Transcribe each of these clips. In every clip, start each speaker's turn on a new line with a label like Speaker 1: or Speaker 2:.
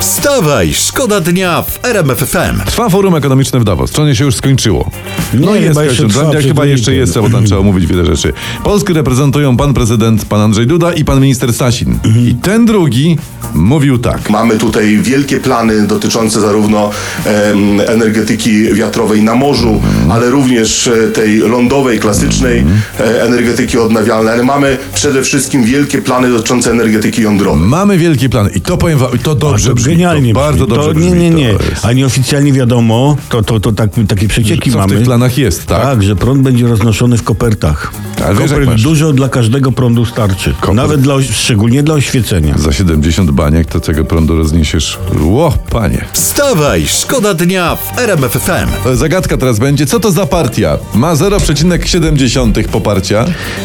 Speaker 1: Wstawaj, szkoda dnia w RMF FM.
Speaker 2: Trwa forum ekonomiczne w Davos. Trzenie się już skończyło. No
Speaker 3: Nie,
Speaker 2: jest
Speaker 3: chyba jeszcze
Speaker 2: skończone.
Speaker 3: trwa
Speaker 2: Dla mnie
Speaker 3: przed
Speaker 2: chyba jeszcze
Speaker 3: weekend.
Speaker 2: jest, bo tam trzeba omówić wiele rzeczy. Polskę reprezentują pan prezydent, pan Andrzej Duda i pan minister Sasin.
Speaker 3: Mhm.
Speaker 2: I ten drugi mówił tak.
Speaker 4: Mamy tutaj wielkie plany dotyczące zarówno em, energetyki wiatrowej na morzu, ale również e, tej lądowej, klasycznej e, energetyki odnawialnej. Ale mamy przede wszystkim wielkie plany dotyczące energetyki jądrowej.
Speaker 2: Mamy wielki plan i to powiem wam, i to dobrze
Speaker 3: to
Speaker 2: brzmi.
Speaker 3: genialnie.
Speaker 2: to bardzo
Speaker 3: brzmi.
Speaker 2: dobrze
Speaker 3: to,
Speaker 2: brzmi.
Speaker 3: Nie, nie, nie.
Speaker 2: To jest-
Speaker 3: A nieoficjalnie wiadomo, to, to, to tak, takie przecieki
Speaker 2: Co w
Speaker 3: mamy.
Speaker 2: tych planach jest, tak?
Speaker 3: Tak, że prąd będzie roznoszony w kopertach.
Speaker 2: Ale wiesz, jak
Speaker 3: Kopert
Speaker 2: masz.
Speaker 3: dużo dla każdego prądu starczy. Nawet dla, oś- szczególnie dla oświecenia.
Speaker 2: Za 70 baniek to tego prądu rozniesiesz. Ło, panie.
Speaker 1: Wstawaj, szkoda dnia w RMF FM.
Speaker 2: Zagadka teraz będzie, co to za partia? Ma 0,7 poparcia.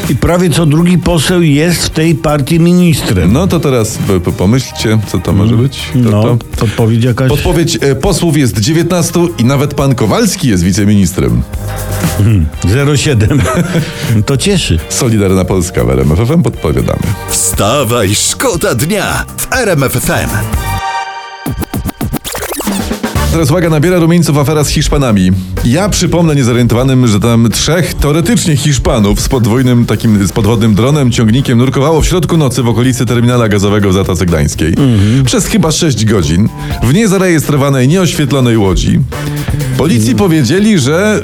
Speaker 3: I prawie co drugi poseł jest w tej partii ministrem.
Speaker 2: No to teraz p- p- pomyślcie, co to może być. To,
Speaker 3: No,
Speaker 2: to.
Speaker 3: podpowiedź jakaś.
Speaker 2: Podpowiedź e, posłów jest 19 i nawet pan Kowalski jest wiceministrem.
Speaker 3: 07. to cieszy.
Speaker 2: Solidarna Polska w RMF FM podpowiadamy.
Speaker 1: Wstawaj, szkoda dnia w RMF FM.
Speaker 2: Teraz uwaga, nabiera rumieńców afera z Hiszpanami. Ja przypomnę niezorientowanym, że tam trzech teoretycznie Hiszpanów z podwójnym takim, z podwodnym dronem, ciągnikiem nurkowało w środku nocy w okolicy terminala gazowego w Zatoce Gdańskiej. Przez chyba 6 godzin w niezarejestrowanej, nieoświetlonej łodzi. Policji powiedzieli, że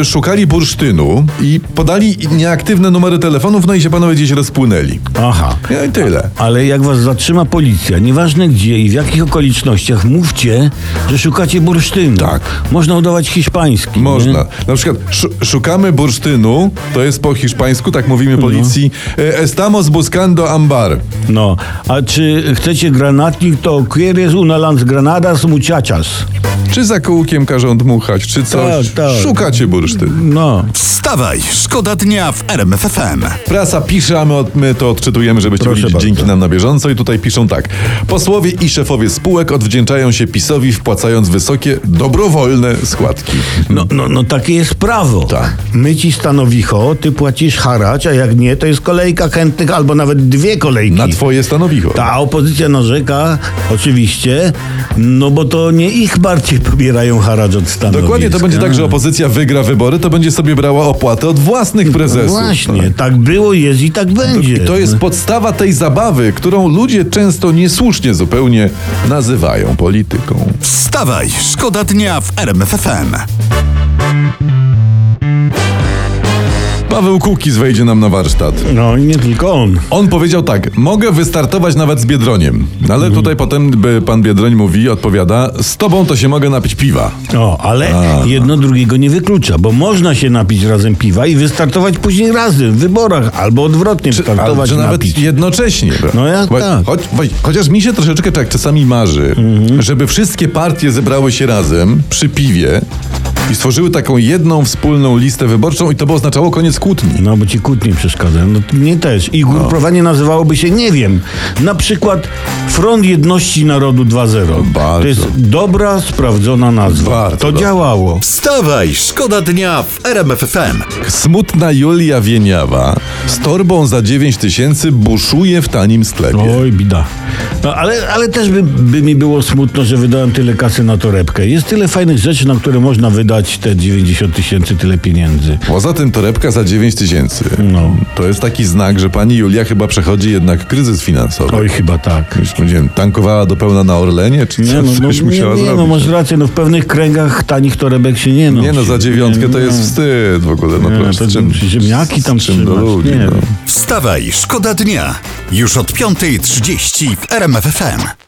Speaker 2: y, szukali bursztynu i podali nieaktywne numery telefonów, no i się panowie gdzieś rozpłynęli.
Speaker 3: Aha.
Speaker 2: No i tyle.
Speaker 3: Ale jak was zatrzyma policja, nieważne gdzie i w jakich okolicznościach, mówcie, że szukacie bursztynu.
Speaker 2: Tak.
Speaker 3: Można udawać hiszpański.
Speaker 2: Można.
Speaker 3: Nie?
Speaker 2: Na przykład szu- szukamy bursztynu, to jest po hiszpańsku, tak mówimy policji. e, Estamos buscando ambar.
Speaker 3: No. A czy chcecie granatnik, to quieres una lance granadas muchachas.
Speaker 2: Czy za kółkiem każą dmuchać, czy coś.
Speaker 3: Tak, tak.
Speaker 2: Szukacie bursztynu.
Speaker 3: No.
Speaker 1: Wstawaj, szkoda dnia w RMF FM.
Speaker 2: Prasa pisze, a my, od, my to odczytujemy, żeby
Speaker 3: Proszę
Speaker 2: byli
Speaker 3: bardzo.
Speaker 2: dzięki nam na bieżąco. I tutaj piszą tak. Posłowie i szefowie spółek odwdzięczają się PiSowi, wpłacając wysokie, dobrowolne składki.
Speaker 3: No, no, no takie jest prawo.
Speaker 2: Tak.
Speaker 3: My ci stanowicho, ty płacisz haracz, a jak nie, to jest kolejka chętnych albo nawet dwie kolejki.
Speaker 2: Na twoje stanowisko.
Speaker 3: Ta opozycja narzeka, oczywiście, no bo to nie ich bardziej pobierają haracz od stanowiska. No
Speaker 2: Dokładnie to będzie tak, że opozycja wygra wybory, to będzie sobie brała opłatę od własnych prezesów.
Speaker 3: Właśnie, tak było, jest i tak będzie.
Speaker 2: I to jest podstawa tej zabawy, którą ludzie często niesłusznie zupełnie nazywają polityką.
Speaker 1: Wstawaj, szkoda dnia w RMF FM.
Speaker 2: Paweł Kukiz wejdzie nam na warsztat.
Speaker 3: No i nie tylko on.
Speaker 2: On powiedział tak, mogę wystartować nawet z Biedroniem.
Speaker 3: Mhm.
Speaker 2: Ale tutaj potem by pan Biedroń mówi, odpowiada, z tobą to się mogę napić piwa.
Speaker 3: No, ale jedno drugiego nie wyklucza, bo można się napić razem piwa i wystartować później razem w wyborach, albo odwrotnie
Speaker 2: Ale
Speaker 3: startować
Speaker 2: że nawet
Speaker 3: napić.
Speaker 2: jednocześnie.
Speaker 3: No ja tak. Mhm.
Speaker 2: Choć, choć, chociaż mi się troszeczkę tak czasami marzy, żeby wszystkie partie zebrały się razem przy piwie i stworzyły taką jedną wspólną listę wyborczą i to by oznaczało koniec kłótni.
Speaker 3: No bo ci kłótnie przeszkadzają. No nie też. I grupowanie nazywałoby się, nie wiem, na przykład Front Jedności Narodu 2.0.
Speaker 2: Bardzo.
Speaker 3: To jest dobra, sprawdzona nazwa.
Speaker 2: Bardzo
Speaker 3: to
Speaker 2: dobra.
Speaker 3: działało.
Speaker 1: Wstawaj, szkoda dnia w RMF FM.
Speaker 2: Smutna Julia Wieniawa z torbą za 9 tysięcy buszuje w tanim sklepie.
Speaker 3: Oj, bida. No, ale, ale też by, by mi było smutno, że wydałem tyle kasy na torebkę. Jest tyle fajnych rzeczy, na które można wydać te 90 tysięcy, tyle pieniędzy.
Speaker 2: Poza tym torebka za 9 tysięcy.
Speaker 3: No.
Speaker 2: To jest taki znak, że pani Julia chyba przechodzi jednak kryzys finansowy.
Speaker 3: Oj, chyba tak.
Speaker 2: Już, nie wiem, tankowała do pełna na Orlenie, czy
Speaker 3: Nie,
Speaker 2: co,
Speaker 3: no, no,
Speaker 2: coś
Speaker 3: nie,
Speaker 2: musiała
Speaker 3: nie,
Speaker 2: zrobić? tak.
Speaker 3: no masz rację, no w pewnych kręgach tanich torebek się nie nosi.
Speaker 2: nie no, za dziewiątkę to jest wstyd w ogóle. No,
Speaker 3: Nie,
Speaker 2: proszę,
Speaker 3: to
Speaker 2: z czym,
Speaker 3: ziemniaki tam
Speaker 2: z czym do
Speaker 3: trzymać,
Speaker 2: ludzi.
Speaker 3: nie
Speaker 2: no.
Speaker 3: wiem.
Speaker 1: Wstawaj, szkoda dnia. Już od 5.30 w RMF FM.